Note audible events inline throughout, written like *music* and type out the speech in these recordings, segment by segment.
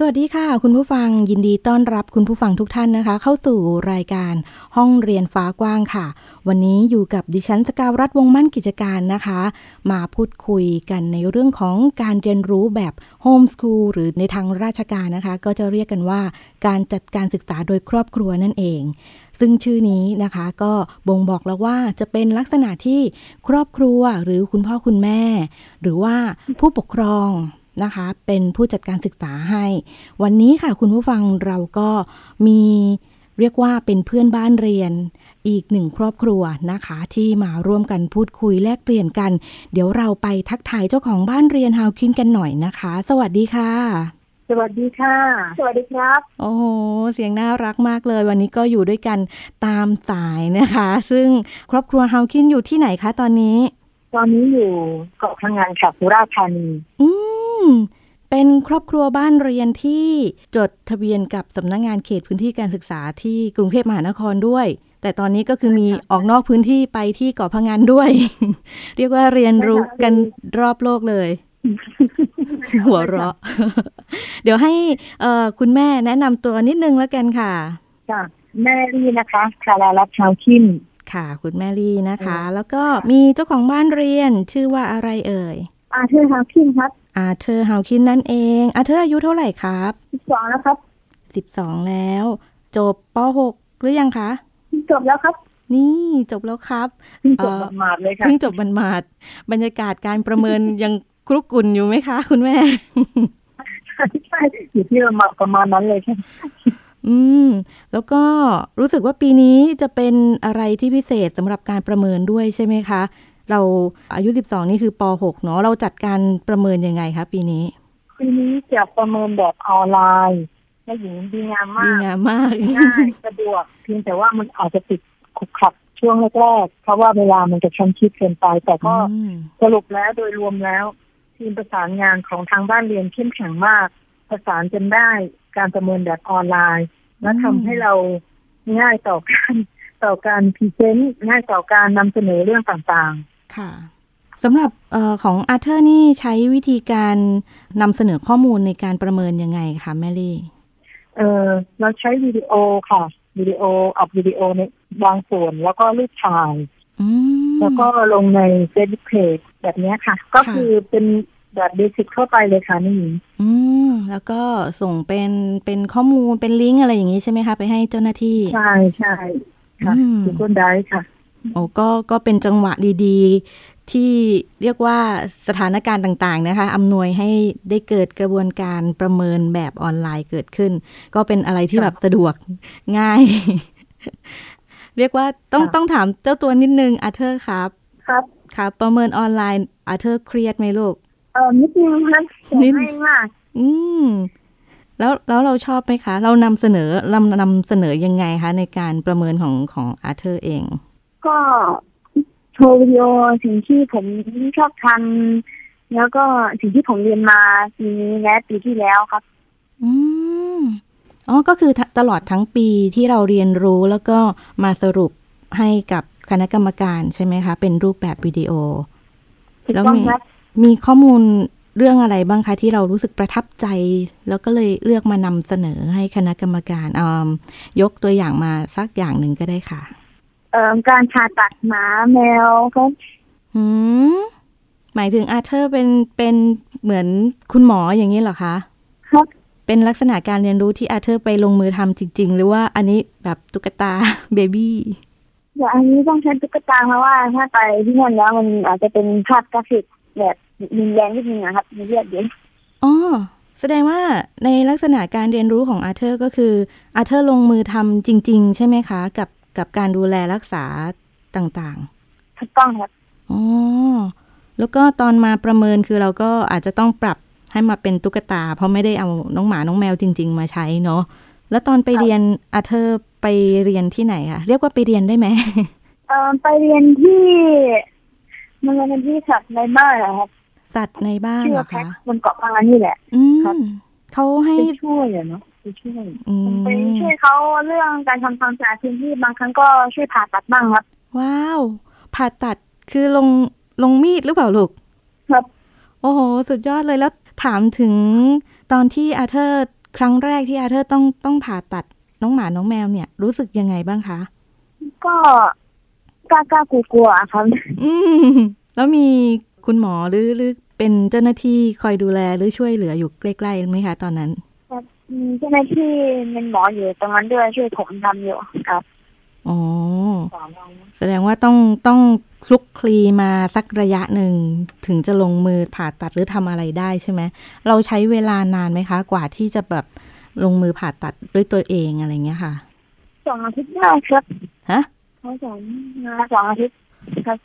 สวัสดีค่ะ คุณผู้ฟังยินดีต้อนรับคุณผู้ฟังทุกท่านนะคะ เข้าสู่รายการห้องเรียนฟ้ากว้างค่ะ วันนี้อยู่กับดิฉันสกาวรัฐวงศ์มั่นกิจการนะคะ มาพูดคุยกันในเรื่องของการเรียนรู้แบบโฮมสคูลหรือในทางราชการนะคะ ก็จะเรียกกันว่าการจัดการศึกษาโดยครอบครัวนั่นเอง ซึ่งชื่อนี้นะคะก็บ่งบอกแล้วว่าจะเป็นลักษณะที่ครอบครัวหรือคุณพ่อคุณแม่ หรือว่าผู้ปกครองนะคะ เป็นผู้จัดการศึกษาให้ วันนี้ค่ะคุณผู้ฟังเราก็มีเรียกว่าเป็นเพื่อนบ้านเรียน อีกหนึ่งครอบครัวนะคะ ที่มาร่วมกันพูดคุยแลกเปลี่ยนกัน เดี๋ยวเราไปทักทายเจ้าของบ้านเรียนฮาวคินกันหน่อยนะคะ สวัสดีค่ะ สวัสดีค่ะ สวัสดีครับ โอ้โห เสียงน่ารักมากเลย วันนี้ก็อยู่ด้วยกันตามสายนะคะ ซึ่งครอบครัวฮาวคินอยู่ที่ไหนคะตอนนี้ ตอนนี้อยู่เกาะพะงันค่ะสุราษฎร์ธานี อืม เป็นครอบครัวบ้านเรียนที่จดทะเบียนกับสำนักงานเขตพื้นที่การศึกษาที่กรุงเทพมหานครด้วย แต่ตอนนี้ก็คือมีออกนอกพื้นที่ไปที่เกาะพะงันด้วย เรียกว่าเรียนรู้กันรอบโลกเลย *laughs* หัวเราะ เดี๋ยวให้เอ่อคุณแม่แนะนำตัวนิดนึงแล้วกันค่ะ ค่ะ แม่ลี่นะคะคาราลัตน์ชาวคิม ค่ะ คุณแมรี่นะคะ แล้วก็มีเจ้าของบ้านเรียนชื่อว่าอะไรเอ่ย อาเธอร์ชาวคิมครับ อาเธอร์ฮาวคินนั่นเอง อาเธอร์อายุเท่าไหร่ครับ สิบสองแล้วครับ สิบสองแล้ว จบป .6 หรือยังคะ จบแล้วครับ *laughs* นี่จบแล้วครับ เพิ่งจบ เอ่อ หมาดๆเลยค่ะ เพิ่งจบบันมาดๆบรรยากาศการประเมิน *laughs* ยังคลุกกลุ่นอยู่ไหมคะ คุณแม่ ใช่อยู่ที่ประมาณประมาณนั้นเลยค่ะ อืม แล้วก็รู้สึกว่าปีนี้จะเป็นอะไรที่พิเศษสำหรับการประเมินด้วยใช่ไหมคะ เราอายุ 12 นี่คือป .6 เนาะเราจัดการประเมินยังไงคะปีนี้ ปีนี้จะประเมินแบบออนไลน์แม่หญิงดีงามมา ดี ก งามมาก ง่ายสะดวกเพียงแต่ว่ามันอาจจะติดขุกขักช่วงแรกๆเพราะว่าเวลามันจะชันชิดเกินไปแต่ก็ อืม สรุปแล้วโดยรวมแล้ว ทีมประสานงานของทางบ้านเรียนเข้มแข็งมาก ประสานจนได้การประเมินแบบออนไลน์ และ อืม ทำให้เราง่ายต่อการ *laughs* ต่อการพรีเซนต์ง่ายต่อการนำเสนอเรื่องต่าง ค่ะสำหรับเออของอาร์เธอร์นี่ใช้วิธีการนำเสนอข้อมูลในการประเมินยังไงคะแมรี่ ๆ เออเราใช้วิดีโอค่ะวิดีโออัพวิดีโอในบางส่วน แล้วก็รูปถ่าย อืม แล้วก็ลงในเฟซบุ๊กเพจแบบเนี้ยค่ะ ก็ ค่ะ คือเป็นแบบเบสิกทั่วไปเลยค่ะนี่หญิง อืมแล้วก็ส่งเป็นเป็นข้อมูลเป็นลิงก์อะไรอย่างนี้ใช่ไหมคะ ไปให้เจ้าหน้าที่ ใช่ใช่ค่ะ อืม คุณต้นได้ค่ะ โอ้ก็ก็เป็นจังหวะดีๆ ที่เรียกว่าสถานการณ์ต่างๆนะคะอำนวยให้ได้เกิดกระบวนการประเมินแบบออนไลน์เกิดขึ้น ก็เป็นอะไรที่ ค่ะ แบบสะดวกง่าย *laughs* เรียกว่าต้อง ค่ะ ต้องถามเจ้าตัวนิดนึงอาเธอร์ครับ ครับ ค่ะประเมินออนไลน์อาเธอร์เครียดไหมลูก เออนิดนึงนะแต่ นิด ไม่มาก อืม แล้วแล้วเราชอบไหมคะ เรานำเสนอนำนำเสนอยังไงคะ ในการประเมินของของอาเธอร์เอง ก็โชว์วิดีโอสิ่งที่ผมชอบทำแล้วก็สิ่งที่ผมเรียนมาปีนี้และปีที่แล้วครับ อืมอ๋อก็คือทะตลอดทั้งปีที่เราเรียนรู้แล้วก็มาสรุปให้กับคณะกรรมการใช่ไหมคะ เป็นรูปแบบวิดีโอ ถูก แล้ว ต้อง มี ครับ มีข้อมูลเรื่องอะไรบ้างคะ ที่เรารู้สึกประทับใจ แล้วก็เลยเลือกมานำเสนอให้คณะกรรมการอมยกตัวอย่างมาสักอย่างหนึ่งก็ได้ค่ะ เอ่อการผ่าตัดหมาแมวครับ หืมหมายถึงอาเธอร์เป็นเป็นเหมือนคุณหมออย่างนี้เหรอคะ ครับ เป็นลักษณะการเรียนรู้ที่อาเธอร์ไปลงมือทำจริง ๆ หรือว่าอันนี้แบบตุ๊กตา *laughs* เบบี้ เดี๋ยวอันนี้ต้องใช้ตุ๊กตาเพราะว่าถ้าไปที่นั่นแล้วมันอาจจะเป็นภาพกราฟิกแบบมีแรงนิดนึงนะครับมีเลือดเยอะ อ๋อ แสดงว่าในลักษณะการเรียนรู้ของอาเธอร์ก็คืออาเธอร์ลงมือทำจริง ๆ ใช่ไหมคะ กับกับการดูแลรักษาต่าง ถูกต้องครับ ๆ อ๋อ แล้วก็ตอนมาประเมินคือเราก็อาจจะต้องปรับ ให้มาเป็นตุ๊กตา เพราะไม่ได้เอาน้องหมาน้องแมวจริง ๆ มาใช้เนาะแล้วตอนไปเรียนอาเธอร์ไปเรียนที่ไหนคะเรียกว่าไปเรียนได้ไหม *laughs* เออไปเรียนที่มันเรียนที่สัตว์ในบ้านนะครับ สัตว์ในบ้าน ชื่อ เหร ว่า อ แพ็ค คะ บนเกาะพารานี่แหละ อื ครับ มเขาให้ ไปช่วยอะเนาะไปช่วย อืม ไปช่วยเขาเรื่องการทำความสะอาดพื้นที่บางครั้งก็ช่วยผ่าตัดบ้างครับ ว้าวผ่าตัดคือลงลงมีดหรือเปล่าลูก ครับ โอ้โห สุดยอดเลยแล้วถามถึงตอนที่อาเธอร์ครั้งแรกที่อาเธอร์ต้องต้องผ่าตัดน้องหมาน้องแมวเนี่ย รู้สึกยังไงบ้างคะ ก็กล้ากล้ากลัวกลัวๆอะครับ อืมแล้วมีคุณหมอหรือหรือเป็นเจ้าหน้าที่คอยดูแลหรือช่วยเหลืออยู่ใกล้ๆไหมคะตอนนั้น มีเจ้าหน้าที่เป็นหมออยู่ตรงนั้นด้วยช่วยผมทำอยู่ครับ อ๋อ สอนน้อง แสดงว่าต้องต้องคลุกคลีมาสักระยะหนึ่ง ถึงจะลงมือผ่าตัดหรือทำอะไรได้ใช่ไหม เราใช้เวลานานไหมคะ กว่าที่จะแบบลงมือผ่าตัดด้วยตัวเองอะไรเงี้ยค่ะ สองอาทิตย์ได้ครับ ฮะ เขาสอนมาสองอาทิตย์ครับ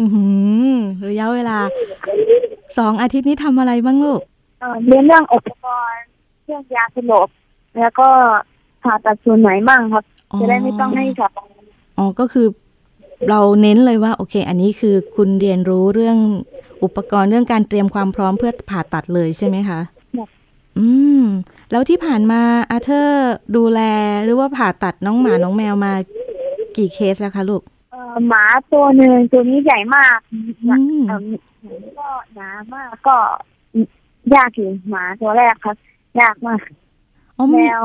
อือหือระยะเวลาสองอาทิตย์นี้ทำอะไรบ้างลูก เอ่อเรียนเรื่องอุปกรณ์เครื่องยาสลบแล้วก็ผ่าตัดส่วนไหนบ้างครับ จะได้ไม่ต้องให้สับ อ๋อ ก็คือเราเน้นเลยว่า โอเค อันนี้คือคุณเรียนรู้เรื่องอุปกรณ์เรื่องการเตรียมความพร้อมเพื่อผ่าตัดเลยใช่ไหมคะ อืม แล้วที่ผ่านมาอาเธอร์ดูแลหรือว่าผ่าตัดน้องหมาน้องแมวมากี่เคสแล้วคะลูก เอ่อหมาตัวหนึ่งตัวนี้ใหญ่มาก อืม เอ่อก็หนามากก็ยากอยู่หมาตัวแรกครับ ยากมาก อ๋อ แม มี ว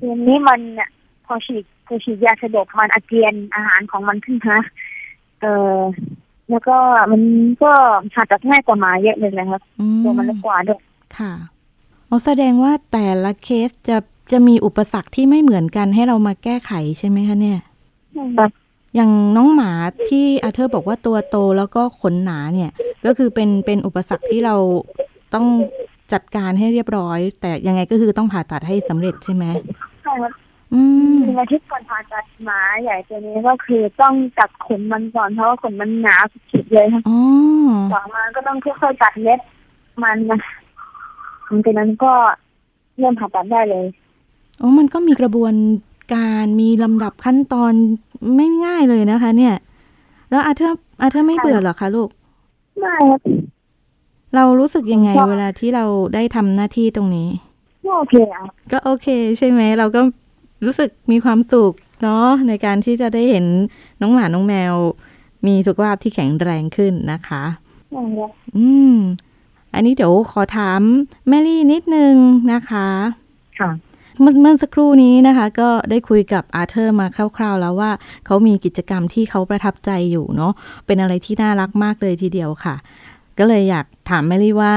ตัวนี้มันน่ะพอฉีดพอฉีดยาสลบมันอาเจียนอาหารของมันขึ้นฮะเออแล้วก็มันก็ผ่าตัดง่ายกว่าหมาเยอะเลยนะครับ อื ตัวมันเล็กกว่าด้วย ค่ะ อ๋อ แสดงว่าแต่ละเคสจะจะมีอุปสรรคที่ไม่เหมือนกันให้เรามาแก้ไขใช่ไหมคะเนี่ย แบบ อย่างน้องหมาที่อาเธอร์บอกว่าตัวโตแล้วก็ขนหนาเนี่ย ก็คือเป็นเป็นอุปสรรคที่เราต้องจัดการให้เรียบร้อย แต่ยังไงก็คือต้องผ่าตัดให้สำเร็จใช่ไหม ใช่ครับ อืม คืออาทิตย์ก่อนผ่าตัดหมาใหญ่ตัวนี้ก็คือต้องตัดขนมันก่อนเพราะว่าขนมันหนาสุดๆเลยครับ อ๋อ ต่อมาก็ต้องค่อยๆตัดเล็บมันนะหลังจากนั้นก็เริ่มผ่าตัดได้เลย อ๋อมันก็มีกระบวนการมีลำดับขั้นตอนไม่ง่ายเลยนะคะ เนี่ย แล้วอาเธอร์อาเธอร์ไม่เบื่อเหรอคะลูก ไม่ครับ เรารู้สึกยังไง ก็ เวลาที่เราได้ทำหน้าที่ตรงนี้ ไม่โอเคอะ ก็โอเคใช่ไหมเราก็รู้สึกมีความสุขเนาะในการที่จะได้เห็นน้องหมาน้องแมว มีสุขภาพที่แข็งแรงขึ้นนะคะ อืม อันนี้เดี๋ยวขอถามแมรี่นิดนึงนะคะ ค่ะ เมื่อเมื่อสักครู่นี้นะคะ ก็ได้คุยกับอาเธอร์มาคร่าว ๆ แล้วว่าเขามีกิจกรรมที่เขาประทับใจอยู่เนาะเป็นอะไรที่น่ารักมากเลยทีเดียวค่ะ ก็เลยอยากถามแมรี่ว่า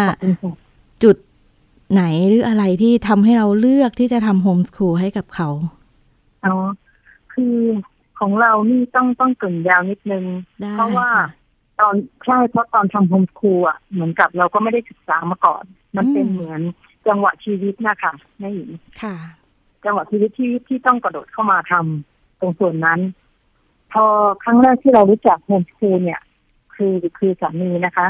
จุดไหนหรืออะไรที่ทำให้เราเลือกที่จะทำโฮมสคูลให้กับเขา อ๋อคือของเรานี่ต้องต้องกล่นยาวนิดนึง ได้ เพราะว่า ค่ ตอนใช่เพราะตอนทำโฮมสคูลอ่ะเหมือนกับเราก็ไม่ได้ศึกษามาก่อน มัน อืม เป็นเหมือนจังหวะชีวิตนะคะแม่หญิง ค่ะ จังหวะชีวิตที่ที่ต้องกระโดดเข้ามาทำตรงส่วนนั้น พอครั้งแรกที่เรารู้จักโฮมสคูลเนี่ย คือคือสามีนะคะ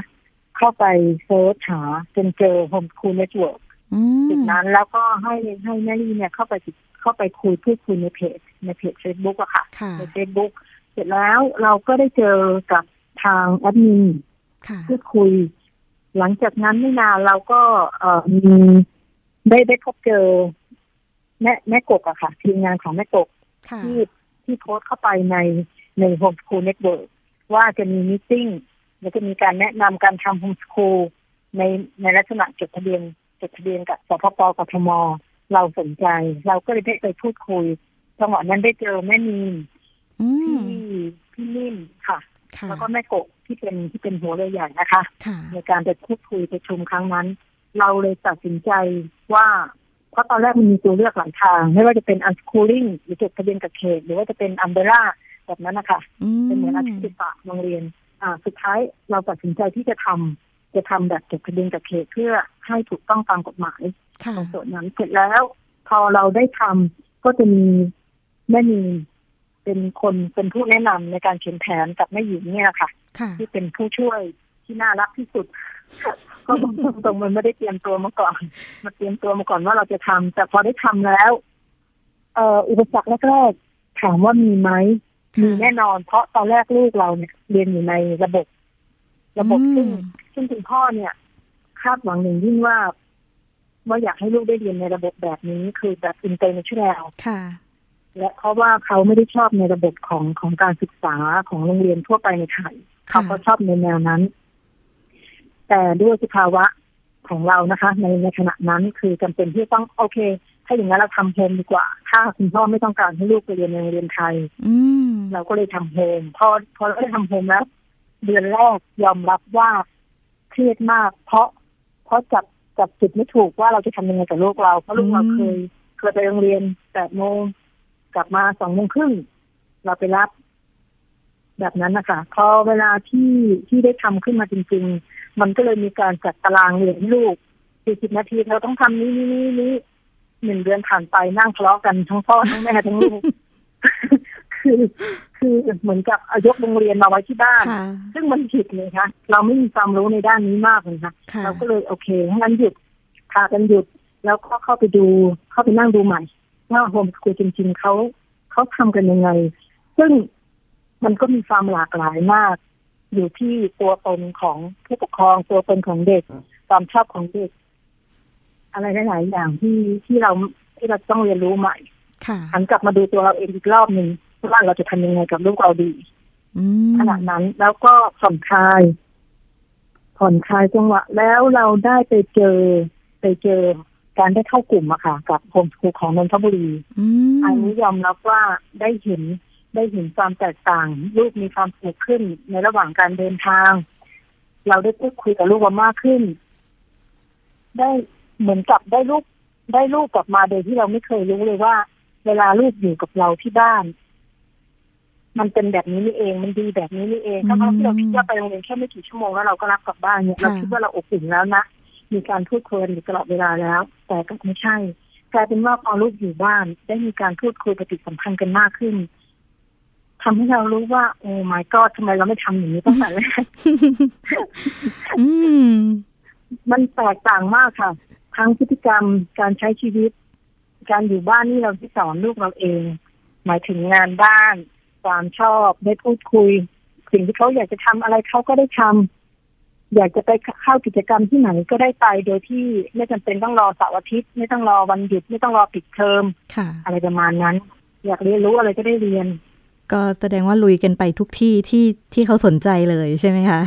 เข้าไปเซิร์ชหาจนเจอโฮมสคูลเน็ตเวิร์ก อืม จุดนั้นแล้วก็ให้ให้แม่ลีเนี่ยเข้าไปติดเข้าไปคุยพูดคุยในเพจในเพจเฟซบุ๊กอะค่ะ ค่ะ ในเฟซบุ๊กเสร็จแล้วเราก็ได้เจอกับทางแอดมิน ค่ะ พูดคุย หลังจากนั้นไม่นานเราก็เอ่อมีได้ได้พบเจอ แม่แม่กบอะค่ะ ทีมงานของแม่กบ ค่ะ ที่ที่โพสต์เข้าไปในในโฮมสคูลเน็ตเวิร์กว่าจะมีมิ팅แล้วจะมีการแนะนำการทำโฮมสคูลในในลักษณะจดทะเบียนจดทะเบียนกับสพปกทม เราสนใจ เราก็เลยได้ไปพูดคุยจังหวะนั้นได้เจอแม่นีน อื พี่ ม พี่นิ่มค่ะ ค่ะ แล้วก็แม่กบที่เป็นที่เป็นหัวเรือใหญ่นะคะ ค่ะ ในการไปพูดคุยประชุมครั้งนั้น เราเลยตัดสินใจว่า เพราะตอนแรกมันมีตัวเลือกหลายทาง ไม่ว่าจะเป็นอันสคูลิ่งหรือจดทะเบียนกับเขตหรือว่าจะเป็นอัมเบร่าแบบนั้นนะคะ อืม เป็นเหมือนอาชีพศิลปะโรงเรียน อ่า สุดท้ายเราตัดสินใจที่จะทำจะทำแบบจดทะเบียนกับเขตเพื่อให้ถูกต้องตามกฎหมาย ค่ะ ตรงส่วนนั้นเสร็จแล้วพอเราได้ทำก็จะมีแม่นีเป็นคนเป็นผู้แนะนำในการเขียนแผนกับแม่หญิงเนี่ยค่ะ ค่ะ ที่เป็นผู้ช่วย ที่น่ารักที่สุด *laughs* ก็บอกตรงๆมันไม่ได้เตรียมตัวมาก่อนมาเตรียมตัวมาก่อนว่าเราจะทำแต่พอได้ทำแล้ว เอ่ออุปสรรคแรกๆถามว่ามีไหม มีแน่นอน เพราะตอนแรกลูกเราเนี่ยเรียนอยู่ในระบบ ระบบซึ่ง ซึ่งคุณพ่อเนี่ย คาดหวังอย่างยิ่งว่า ว่าอยากให้ลูกได้เรียนในระบบแบบนี้คือแบบอินเตอร์เนชั่นแนล ค่ะ และเพราะว่าเขาไม่ได้ชอบในระบบของของการศึกษาของโรงเรียนทั่วไปในไทย เขาก็ชอบในแนวนั้น แต่ด้วยสภาวะของเรานะคะ ในในขณะนั้นคือจำเป็นที่ต้องโอเคถ้าอย่างนั้นเราทำโฮมดีกว่า ถ้าคุณพ่อไม่ต้องการให้ลูกไปเรียนในโรงเรียนไทย อืม เราก็เลยทำโฮมพอพอเราได้ทำโฮมแล้ว เดือนแรกยอมรับว่าเครียดมาก เพราะ เพราะจับจับจุดไม่ถูกว่าเราจะทำยังไงกับลูกเรา เพราะลูกเราเคยเคยไปโรงเรียนแปดโมงกลับมาสองโมงครึ่งเราไปรับ แบบนั้นนะคะพอเวลาที่ที่ได้ทำขึ้นมาจริง ๆ มันก็เลยมีการจัดตารางเรียนให้ลูก 40 นาทีเราต้องทำนี้นี้นี้นี้หนึ่งเดือนผ่านไปนั่งทะเลาะกันทั้งพ่อทั้งแม่ทั้งลูก *laughs* คือคือเหมือนกับเอายกโรงเรียนมาไว้ที่บ้าน ค่ะ ซึ่งมันผิดเลยค่ะ เราไม่มีความรู้ในด้านนี้มากเลยค่ะ ค่ะ เราก็เลยโอเคงั้นหยุดพากันหยุด แล้วก็เข้าไปดู เข้าไปนั่งดูใหม่ว่าโฮมสกูลจริง ๆเขาเขาทำกันยังไง ซึ่งมันก็มีความหลากหลายมาก อยู่ที่ตัวตนของผู้ปกครองตัวตนของเด็ก ความชอบของเด็ก อะไรหลายๆอย่างที่ที่เราที่เราต้องเรียนรู้ใหม่ ค่ะ หันกลับมาดูตัวเราเองอีกรอบหนึ่งว่าเราจะทำยังไงกับลูกเราดี อืม ขณะนั้นแล้วก็ผ่อนคลาย ผ่อนคลายจังหวะ แล้วเราได้ไปเจอ ไปเจอการได้เข้ากลุ่มอะค่ะ กับโฮมสคูลของนนทบุรี อืม อันนี้ยอมรับว่าได้เห็นได้เห็นความแตกต่าง ลูกมีความสุขขึ้นในระหว่างการเดินทาง เราได้พูดคุยกับลูกเรามากขึ้น ได้เหมือนกับได้ลูกได้ลูกกลับมาโดยที่เราไม่เคยรู้เลยว่า เวลาลูกอยู่กับเราที่บ้าน มันเป็นแบบนี้นี่เอง มันดีแบบนี้นี่เองถ้าเราที่เราคิดว่าไปโรงเรียนแค่ไม่กี่ชั่วโมงแล้วเราก็รับกลับบ้านเนี่ยเราคิดว่าเราอบอุ่นแล้วนะมีการพูดคุยกันอยู่ตลอดเวลาแล้ว แต่ก็ไม่ใช่ กลายเป็นว่าพอลูกอยู่บ้าน ได้มีการพูดคุยปฏิสัมพันธ์กันมากขึ้นทำให้เรารู้ว่า โอ้ my god ทำไมเราไม่ทำอย่างนี้ตั้งแต่แรก อืม มันแตกต่างมากค่ะ ทั้งพฤติกรรมการใช้ชีวิต การอยู่บ้านนี่เราที่สอนลูกเราเอง หมายถึงงานบ้าน ความชอบได้พูดคุย สิ่งที่เขาอยากจะทำอะไรเขาก็ได้ทำอยากจะไปเข้ากิจกรรมที่ไหนก็ได้ไปโดยที่ไม่จำเป็นต้องรอเสาร์อาทิตย์ไม่ต้องรอวันหยุดไม่ต้องรอปิดเทอม ค่ะ อะไรประมาณนั้น อยากเรียนรู้อะไรก็ได้เรียน ก็แสดงว่าลุยกันไปทุกที่ที่ที่เขาสนใจเลยใช่ไหมคะ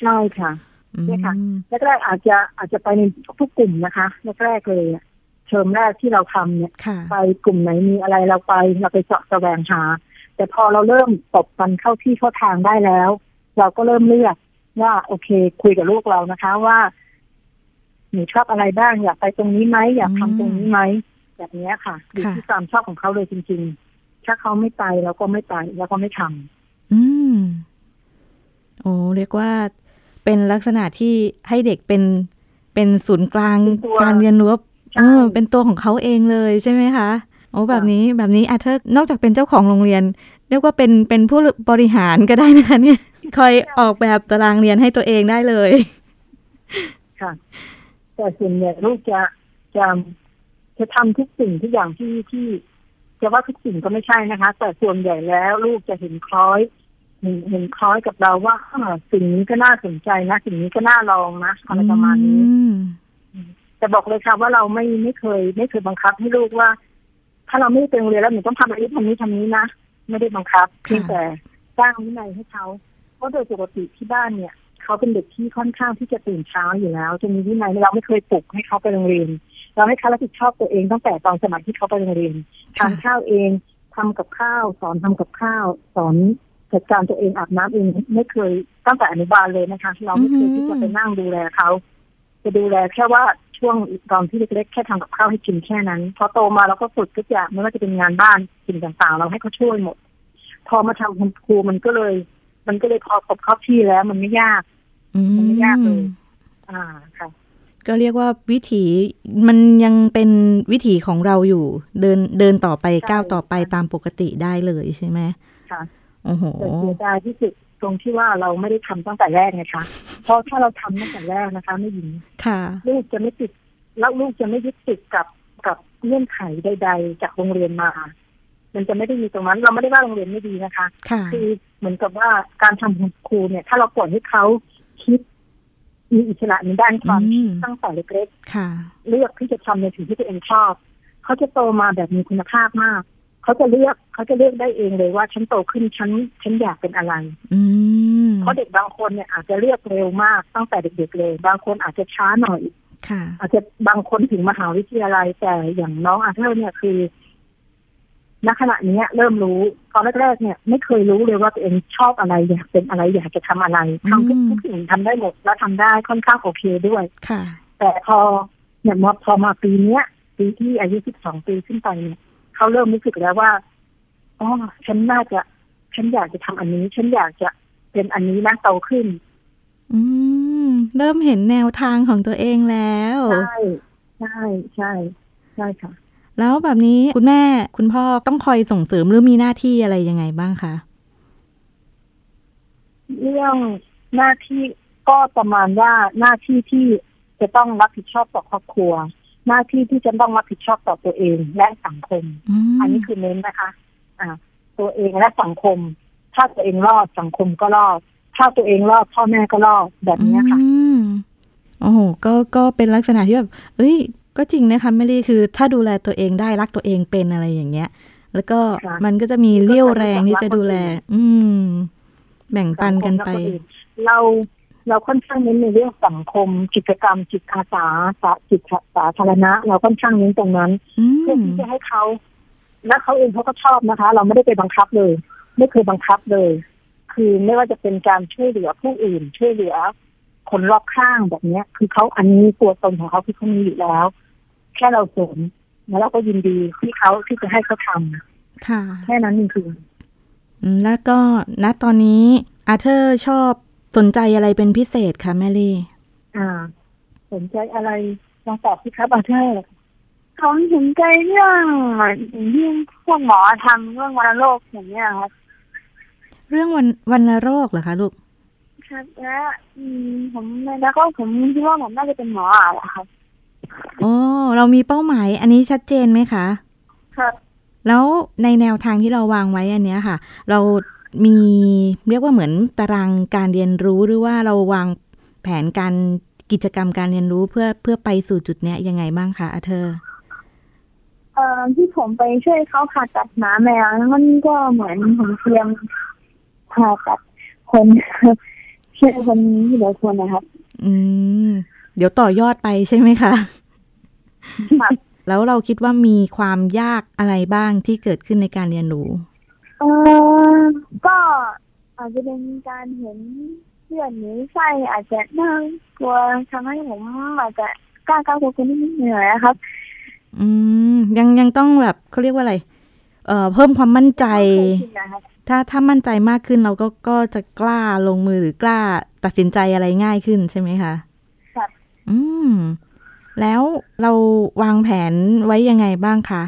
ใช่ค่ะ เนี่ยค่ะ อืม แรกๆอาจจะอาจจะไปในทุกกลุ่มนะคะแรกๆเลยอะเทอมแรกที่เราทำเนี่ย ค่ะ ไปกลุ่มไหนมีอะไรเราไปเราไปเจาะแสวงหา แต่พอเราเริ่มตบมันเข้าที่เข้าทางได้แล้ว เราก็เริ่มเลือกว่าโอเค คุยกับลูกเรานะคะว่าหนูชอบอะไรบ้างอยากไปตรงนี้ไหมอยากทำตรงนี้ไหมแบบเนี้ยค่ะอยู่ที่ความชอบของเขาเลยจริง ๆ ถ้าเขาไม่ไปเราก็ไม่ไปเราก็ไม่ทำ อืมโอ้เรียกว่าเป็นลักษณะที่ให้เด็กเป็นเป็นศูนย์กลาง เป็นตัว การเรียนรู้ ใช่ เออเป็นตัวของเขาเองเลยใช่ไหมคะโอ้แบบนี้แบบนี้อาเธอร์นอกจากเป็นเจ้าของโรงเรียน เรียกว่าเป็นเป็นผู้บริหารก็ได้นะคะ เนี่ย *laughs* คอยออกแบบตารางเรียนให้ตัวเองได้เลย ค่ะแต่ส่วนใหญ่ลูกจะจะจะทำทุกสิ่งทุกอย่างที่ที่จะว่าทุกสิ่งก็ไม่ใช่นะคะ แต่ส่วนใหญ่แล้วลูกจะเห็นคล้อยเห็นเห็นคล้อยกับเราว่าอ่าสิ่งนี้ก็น่าสนใจนะ สิ่งนี้ก็น่าลองนะอะไรประมาณนี้ อืม แต่บอกเลยค่ะว่าเราไม่ไม่เคย ไม่เคยบังคับให้ลูกว่า ถ้าเราไม่ได้ไปโรงเรียนแล้วหนูต้องทำอะไรนนี้ทำนี้ทำนี้นะไม่ได้บังคับเพียงแต่สร้างวินัยให้เขาเพราะโดยปกติที่บ้านเนี่ย เขาเป็นเด็กที่ค่อนข้างที่จะตื่นเช้าอยู่แล้ว จะมีวินัยเราไม่เคยปลุกให้เขาไปโรงเรียนเราให้เขารับผิดชอบตัวเองตั้งแต่ตอนสมัยที่เขาไปโรงเรียนทานข้าวเองทำกับข้าว สอนทำกับข้าว สอนจัดการตัวเองอาบน้ำเองไม่เคยตั้งแต่อนุบาลเลยนะคะเราไม่เคยที่จะไปนั่งดูแลเขา จะดูแลแค่ว่าช่วงตอนที่เล็กๆแค่ทำกับข้าวให้กินแค่นั้นพอโตมาเราก็ฝึกทุกอย่างไม่ว่าจะเป็นงานบ้านสิ่งต่างๆ เราให้เขาช่วยหมด พอมาทำคุณครูมันก็เลย มันก็เลยพอครบเข้าที่แล้วมันไม่ยาก อื มันไม่ยากเลย ม อ่าค่ะ ก็เรียกว่าวิถีมันยังเป็นวิถีของเราอยู่ เดินเดินต่อไป ใช่ ก้าวต่อไป ค่ะ ตามปกติได้เลยใช่ไหม ค่ะ โอ้โห แต่เสียดายที่สุด ตรงที่ว่าเราไม่ได้ทำตั้งแต่แรกนะคะ เพราะถ้าเราทำตั้งแต่แรกนะคะแม่หญิง ค่ะ ลูกจะไม่ติดแล้วลูกจะไม่ยึดติดกับกับเงื่อนไขใด ๆ จากโรงเรียนมา มันจะไม่ได้มีตรงนั้น เราไม่ได้ว่าโรงเรียนไม่ดีนะคะ ค่ะ คือเหมือนกับว่าการทำของครูเนี่ย ถ้าเราปล่อยให้เขาคิด มีอิสระในด้านความ อื คิด ม ตั้งแต่เล็ก ค่ะ ๆเลือกที่จะทำในสิ่งที่ตัวเองชอบเขาจะโตมาแบบมีคุณภาพมาก เขาจะเลือกเขาจะเลือกได้เองเลยว่าฉันโตขึ้นฉันฉันอยากเป็นอะไร อืม เพราะเด็กบางคนเนี่ยอาจจะเลือกเร็วมากตั้งแต่เด็กๆเลย บางคนอาจจะช้าหน่อย ค่ะ อาจจะบางคนถึงมหาวิทยาลัยแต่อย่างน้องอาเธอร์เนี่ยคือณขณะเนี้ยเริ่มรู้ตอนแรกๆเนี่ย ไม่เคยรู้เลยว่าตัวเองชอบอะไร อยากเป็นอะไร อยากจะทำอะไรทำทุก อืม ทุกสิ่งทำได้หมดแล้วทำได้ค่อนข้างโอเคด้วย ค่ะ แต่พอเนี่ยมาพอมาปีเนี้ยปีที่อายุ 12 ปีขึ้นไปเนี่ยเขาเริ่มรู้สึกแล้วว่าอ๋อฉันน่าจะ ฉันอยากจะทำอันนี้ ฉันอยากจะเป็นอันนี้นะโตขึ้น อืม เริ่มเห็นแนวทางของตัวเองแล้ว ใช่ใช่ใช่ใช่ค่ะ แล้วแบบนี้คุณแม่คุณพ่อต้องคอยส่งเสริมหรือมีหน้าที่อะไรยังไงบ้างคะ เรื่องหน้าที่ก็ประมาณว่าหน้าที่ที่จะต้องรับผิดชอบต่อครอบครัว หน้าที่ที่จะต้องรับผิดชอบต่อตัวเองและสังคม อืม อันนี้คือเน้นนะคะ อ่า ตัวเองและสังคม ถ้าตัวเองรอดสังคมก็รอด ถ้าตัวเองรอดพ่อแม่ก็รอดแบบเนี้ยค่ะ มโอ้โห ก็ก็เป็นลักษณะที่แบบเอ้ย ก็จริงนะคะแม่ลี่คือถ้าดูแลตัวเองได้รักตัวเองเป็นอะไรอย่างเงี้ย แล้วก็ ค่ะ มันก็จะมีเรี่ยวแรงที่จะดูแล รักคนอื่น อืม แบ่งปันกันไป สังคมและคอื่เราเราค่อนข้างเน้นในเรื่องสังคม กิจกรรมจิตอาสาสาจิตสาธารณะ เราค่อนข้างเน้นตรงนั้น อื เพื่อ ม ที่จะให้เขา และเขาเองเขาก็ชอบนะคะ เราไม่ได้ไปบังคับเลย ไม่เคยบังคับเลย คือไม่ว่าจะเป็นการช่วยเหลือผู้อื่น ช่วยเหลือ คนรอบข้างแบบเนี้ย คือเขาอันนี้ตัวตนของเขาคือเขามีอยู่แล้ว แค่เราสนแล้วเราก็ยินดีที่เขาที่จะให้เขาทำ ค่ะ แค่นั้นจริง อืม แล้วก็ณตอนนี้อาเธอร์ชอบสนใจอะไรเป็นพิเศษคะแม่ลี่ ๆอ่า สนใจอะไรลองตอบสิครับอาเธอร์ผมสนใจเรื่องเรื่องพวกหมอทำเรื่องวัณโรคอย่างเงี้ยครับ เรื่องวันวันโรคเหรอคะลูก ครับและอืมผมแล้วก็ผมคิดว่าผมน่าจะเป็นหมออ่ะครับ โอ้เรามีเป้าหมาย อันนี้ชัดเจนไหมคะ ครับ แล้วในแนวทางที่เราวางไว้อันเนี้ยค่ะ เรามีเรียกว่าเหมือนตารางการเรียนรู้หรือว่าเราวางแผนการกิจกรรมการเรียนรู้เพื่อเพื่อไปสู่จุดเนี้ยยังไงบ้างคะอาเธอร์ เอ่อที่ผมไปช่วยเขาผ่าตัดหมาแมวแล้วมันก็เหมือนผมเตรียมผ่าตัดคน *laughs* ช่วยคนที่เหลือคนนะครับ อืม เดี๋ยวต่อยอดไปใช่ไหมคะ ครับ แล้วเราคิดว่ามีความยากอะไรบ้างที่เกิดขึ้นในการเรียนรู้ เออก็อาจจะเป็นการเห็นเพื่อนหรือไส้อาจจะน่ากลัวทำให้ผมอาจจะกล้าก้าวคนนิดๆหน่อยๆนะครับ อืม ยังยังต้องแบบเขาเรียกว่าอะไร เอ่อ เพิ่มความมั่นใจ ถ้าถ้ามั่นใจมากขึ้นเราก็ก็จะกล้าลงมือหรือกล้าตัดสินใจอะไรง่ายขึ้นใช่ไหมคะ ครับ อืม แล้วเราวางแผนไว้ยังไงบ้างคะ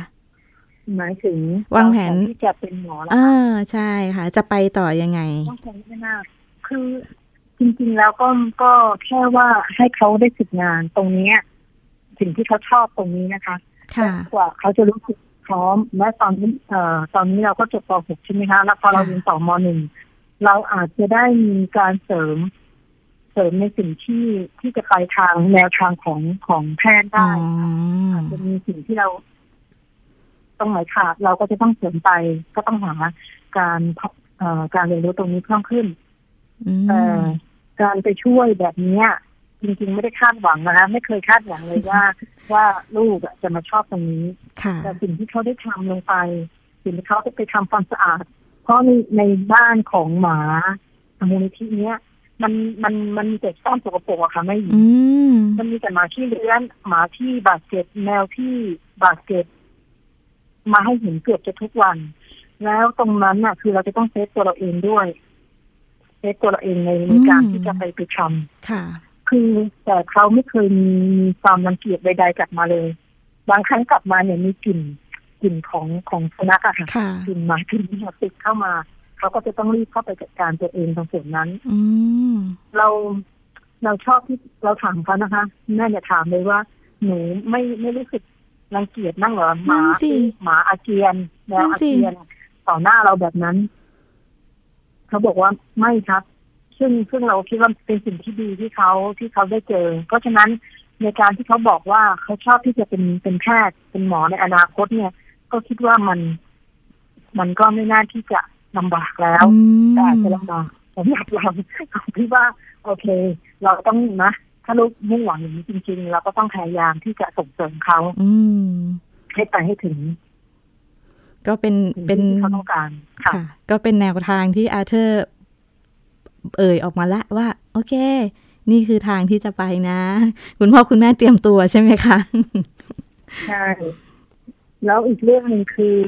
หมายถึง วางแผน ที่จะเป็นหมอแล้ว เออใช่ค่ะ จะไปต่อยังไง ต้องใช้ไม่มากคือจริงๆ แล้วก็ก็แค่ว่าให้เขาได้ฝึกงานตรงเนี้ยสิ่งที่เขาชอบตรงนี้นะคะ ค่ะ จนกว่าเขาจะรู้สึกพร้อมและตอนนี้เอ่อตอนนี้เราก็จบป .6 ใช่ไหมคะ แล้วพอเรา ค่ะ เรียนต่อม .1 เราอาจจะได้มีการเสริม เสริมในสิ่งที่ที่จะไปทางแนวทางของของแพทย์ อ๋อ ได้ อาจจะมีสิ่งที่เราต้องไหนขาดเราก็จะต้องเสริมไป ก็ต้องหาการเอ่อการเรียนรู้ตรงนี้เพิ่มขึ้น อืม เอ่อการไปช่วยแบบเนี้ยจริงๆไม่ได้คาดหวังนะคะไม่เคยคาดหวังเลย *laughs* ว่า ว่าลูกอะจะมาชอบตรงนี้ ค่ะ แต่สิ่งที่เขาได้ทำลงไป สิ่งที่เขาไปทำความสะอาด เพราะในในบ้านของหมามูลนิธิเนี้ย มันมันมันมีแต่ซ่อนสกปรกอะค่ะไม่หญิง อืม มันมีแต่หมาที่เลื้อนหมาที่บาดเจ็บแมวที่บาดเจ็บมาให้เห็นเกือบจะทุกวัน แล้วตรงนั้นน่ะ คือเราจะต้องเซฟตัวเราเองด้วยเซฟตัวเราเองในในการ อืม ที่จะไปไปท ค่ะ ำคือแต่เขาไม่เคยมีมีความรังเกียจใดๆกลับมาเลย บางครั้งกลับมาเนี่ยมีกลิ่นกลิ่นของของสุนัขอะค่ะ ค่ะ กลิ่นหมากลิ่นที่เราติดเข้ามา เขาก็จะต้องรีบเข้าไปจัดการตัวเองตรงส่วนนั้น อืม เราเราชอบที่เราถามเขานะคะแม่เนี่ยถามเลยว่า หนูไม่ไม่รู้สึกรังเกียจนั่งเหรอหมา นั่นสิ หมาอาเจียนแมวอาเจียน นั่นสิ ต่อหน้าเราแบบนั้น เขาบอกว่าไม่ครับ ซึ่งซึ่งเราคิดว่าเป็นสิ่งที่ดีที่เขาที่เขาได้เจอ เพราะฉะนั้นในการที่เขาบอกว่าเขาชอบที่จะเป็นเป็นแพทย์เป็นหมอในอนาคตเนี่ย ก็คิดว่ามัน มันก็ไม่น่าที่จะลำบากแล้ว อืม ก็อาจจะลำบากสำหรับเราของที่ว่า โอเค เราต้องนะ ถ้าลูกมุ่งหวังอย่างนี้จริง ๆ เราก็ต้องพยายามที่จะส่งเสริมเขา อืม ให้ไปให้ถึง ก็เป็น ถึง เป็น ที่เขาต้องการค่ะ ค่ะก็เป็นแนวทางที่อาเธอร์ เอ่ยออกมาละว่า โอเค นี่คือทางที่จะไปนะ คุณพ่อคุณแม่เตรียมตัวใช่ไหมคะ ใช่ แล้วอีกเรื่องหนึ่งคือ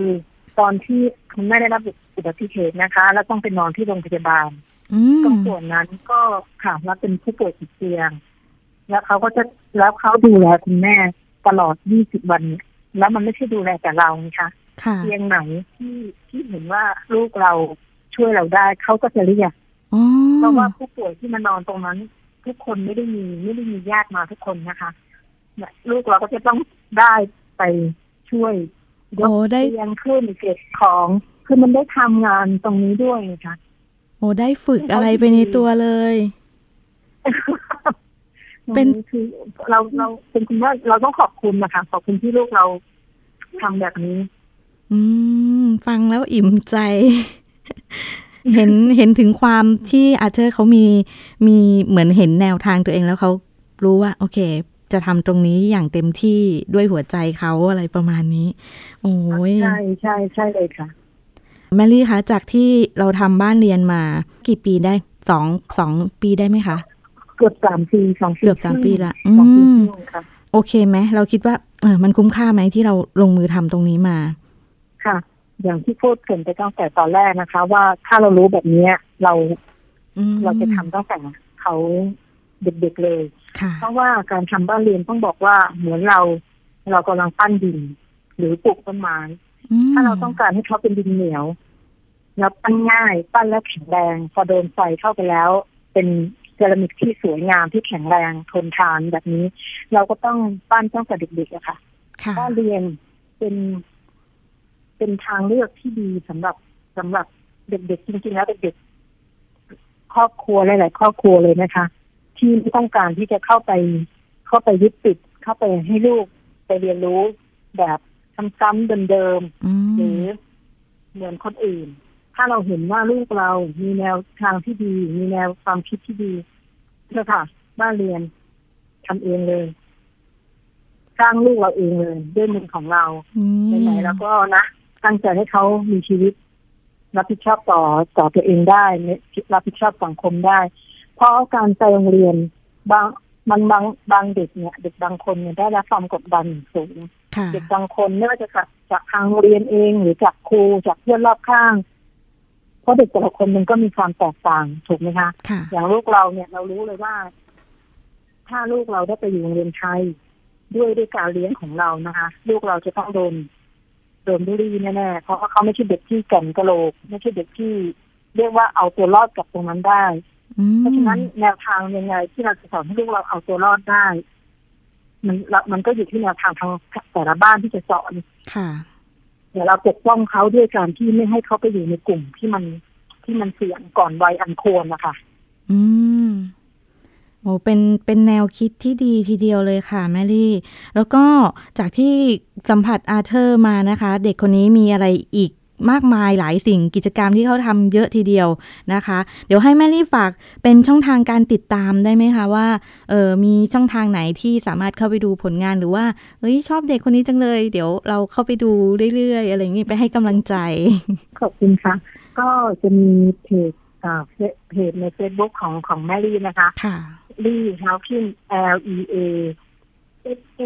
ตอนที่คุณแม่ได้รับอุบัติเหตุนะคะ แล้วต้องไปนอนที่โรงพยาบาล อืม ตรงส่วนนั้นก็ค่ะรับเป็นผู้ป่วยติดเตียง แล้วเขาก็จะแล้วเขาดูแลคุณแม่ตลอด 20 วัน แล้วมันไม่ใช่ดูแลแต่เรานะคะ ค่ะ เตียงไหนที่ที่เห็นว่าลูกเราช่วยเราได้เขาก็จะเรียก อ๋อ เพราะว่าผู้ป่วยที่มานอนตรงนั้น ทุกคนไม่ได้มีไม่ได้มีญาติมาทุกคนนะคะเนี่ยลูกเราก็จะต้องได้ไปช่วยยก โอ้ได้ เตียงขึ้นเก็บของคือมันได้ทำงานตรงนี้ด้วยนะคะ โอ้ได้ฝึก ที่เขา อะไรไปในตัวเลย เป็น มัคือเราเราเป็นคุณว่าเราต้องขอบคุณนะคะขอบคุณที่ลูกเราทำแบบนี้ อืม ฟังแล้วอิ่มใจ *laughs* เห็นเห็นถึงความที่อาเธอร์เขามีมีเหมือนเห็นแนวทางตัวเองแล้วเขารู้ว่า โอเค จะทำตรงนี้อย่างเต็มที่ด้วยหัวใจเขาอะไรประมาณนี้ โอ้ย ใช่ใช่ใช่เลยค่ะ แมรี่คะจากที่เราทำบ้านเรียนมา กี่ปีได้สองสองปีได้ไหมคะ เกือบสามปีสองปี เกือบสามปีละอื สองปีค ม รึ่งค่ะ โอเคไหมเราคิดว่าเออมันคุ้มค่าไหมที่เราลงมือทำตรงนี้มา ค่ะ อย่างที่พูดเกรินไปตั้งแต่ตอนแรกนะคะ ว่าถ้าเรารู้แบบเนี้ยเรา อืม เราจะทำตั้งแต่เขาเด็กๆเลย ค่ะ เพราะว่าการทำบ้านเรียนต้องบอกว่าเหมือนเราเรากำลังปั้นดิน หรือปลูกต้นไม้ ถ้าเราต้องการให้เขาเป็นดินเหนียว แล้วปั้นง่าย ปั้นแล้วแข็งแรง พอโดนไฟเข้าไปแล้ว เป็นเซรามิกที่สวยงามที่แข็งแรงทนทานแบบนี้ เราก็ต้องปั้นตั้งแต่เด็กๆอะค่ะ ค่ะ ก็เรียนเป็นเป็นทางเลือกที่ดีสำหรับสำหรับเด็กๆจริงๆแล้วเด็กๆครอบครัวหลายๆครอบครัวเลยนะคะ ที่ไม่ต้องการที่จะเข้าไป เข้าไปยึดติดเข้าไปให้ลูกไปเรียนรู้แบบซ้ำๆเดิม อื ๆหรื ม อเหมือนคนอื่น ถ้าเราเห็นว่าลูกเรามีแนวทางที่ดี มีแนวความคิดที่ดีเนี่ยค่ะบ้านเรียนทำเองเลย สร้างลูกเราเองเลย ด้วยมือของเรา นี่ ไหนๆแล้วก็นะตั้งใจให้เขามีชีวิต รับผิดชอบต่อต่อตัวเองได้รับผิดชอบสังคมได้ เพราะการไปโรงเรียนบางมันบางบางเด็กเนี่ย เด็กบางคนเนี่ยได้รับความกดดันสูง ค่ะ เด็กบางคนไม่ว่าจะจากจากทางโรงเรียนเองหรือจากครูจากเพื่อนรอบข้าง เพราะเด็กแต่ละคนมันก็มีความแตกต่างถูกไหมคะ ค่ะ อย่างลูกเราเนี่ยเรารู้เลยว่า ถ้าลูกเราได้ไปอยู่โรงเรียนไทยด้วยด้วยการเลี้ยงของเรานะคะ ลูกเราจะต้องโดนโดนบูลลี่แน่ๆเพราะว่าเขาไม่ใช่เด็กที่แก่นกะโหลก ไม่ใช่เด็กที่ เรียกว่าเอาตัวรอดจากตรงนั้นได้ อืม เพราะฉะนั้นแนวทางยังไงที่เราจะสอนให้ลูกเราเอาตัวรอดได้ มันละมันก็อยู่ที่แนวทางทางแต่ละบ้านที่จะสอน ค่ะ เดี๋ยวเราปกป้องเขาด้วยการที่ไม่ให้เขาไปอยู่ในกลุ่มที่มันที่มันเสี่ยงก่อนวัยอันควรนะคะ อืมโอ้เป็น เป็นแนวคิดที่ดีทีเดียวเลยค่ะ แมรี่ แล้วก็จากที่สัมผัสอาเธอร์มานะคะ เด็กคนนี้มีอะไรอีกมากมายหลายสิ่งกิจกรรมที่เขาทำเยอะทีเดียวนะคะ เดี๋ยวให้แมรี่ฝากเป็นช่องทางการติดตามได้ไหมคะว่า เออมีช่องทางไหนที่สามารถเข้าไปดูผลงานหรือว่าเอ้ยชอบเด็กคนนี้จังเลย เดี๋ยวเราเข้าไปดูเรื่อยๆ อะไรอย่างงี้ไปให้กำลังใจ *laughs* ขอบคุณค่ะ ก็จะมีเพจอ่าเฟซเพจในเฟซบุ๊กของของแมรี่นะคะ ค่ะ ลี่ฮาวคิน L E A S A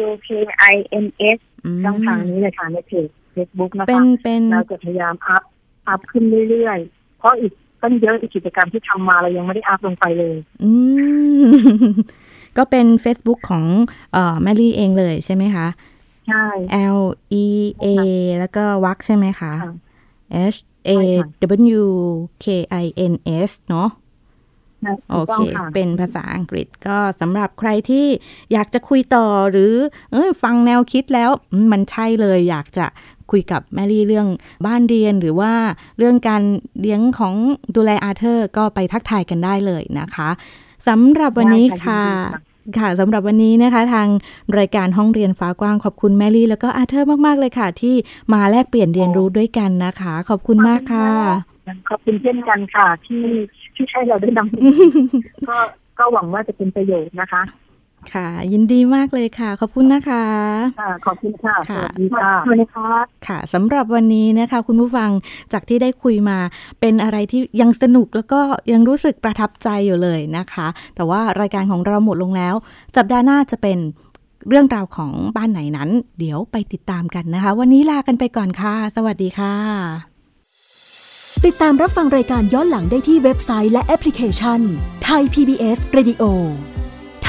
W K I N S อืม ช่องทางนี้เลยค่ะในเพจเฟซบุ๊กนะ เป็ คะ น เป็น เราจะพยายามอัพอัพขึ้นเรื่อยๆ เพราะอีกตั้งเยอะอีกกิจกรรมที่ทำมาเรายังไม่ได้อัพลงไปเลย อืม *laughs* ก็เป็น Facebook ของเอ่อแมรี่เองเลยใช่ไหมคะ ใช่ L E A แล้วก็วักใช่ไหมคะ ค่ะ H A A ใช่ค่ะ W K I N S เนาะ นะ โอ ถูกต้ เค งะ เป็นภาษาอังกฤษก็สำหรับใครที่อยากจะคุยต่อหรือเอยฟังแนวคิดแล้วอืมมันใช่เลยอยากจะคุยกับแมรี่เรื่องบ้านเรียนหรือว่าเรื่องการเลี้ยงของดูแลอาเธอร์ก็ไปทักทายกันได้เลยนะคะสำหรับวันนี้ ได้ ค่ะ ค่ะยินดีค่ะ ค่ะสำหรับวันนี้นะคะ ทางรายการห้องเรียนฟ้ากว้างขอบคุณแมรี่แล้วก็อาเธอร์มาก ๆ เลยค่ะ ที่มาแลกเปลี่ยนเรียนรู้ด้วยกันนะคะ ขอบคุณมากค่ะ ขอบคุณเช่นกันค่ะ ที่ที่ใช้เราได้น *laughs* ำเสนอก็ก็หวังว่าจะเป็นประโยชน์นะคะ ค่ะ ยินดีมากเลยค่ะ ขอบคุณนะคะ ค่ะขอบคุณค่ะ ค่ะ สวัสดีค่ะสวัสดีค่ะ ค่ะสำหรับวันนี้นะคะคุณผู้ฟังจากที่ได้คุยมาเป็นอะไรที่ยังสนุกแล้วก็ยังรู้สึกประทับใจอยู่เลยนะคะ แต่ว่ารายการของเราหมดลงแล้ว สัปดาห์หน้าจะเป็นเรื่องราวของบ้านไหนนั้น เดี๋ยวไปติดตามกันนะคะ วันนี้ลากันไปก่อนค่ะ สวัสดีค่ะ ติดตามรับฟังรายการย้อนหลังได้ที่เว็บไซต์และแอปพลิเคชันไทย PBS Radio ไ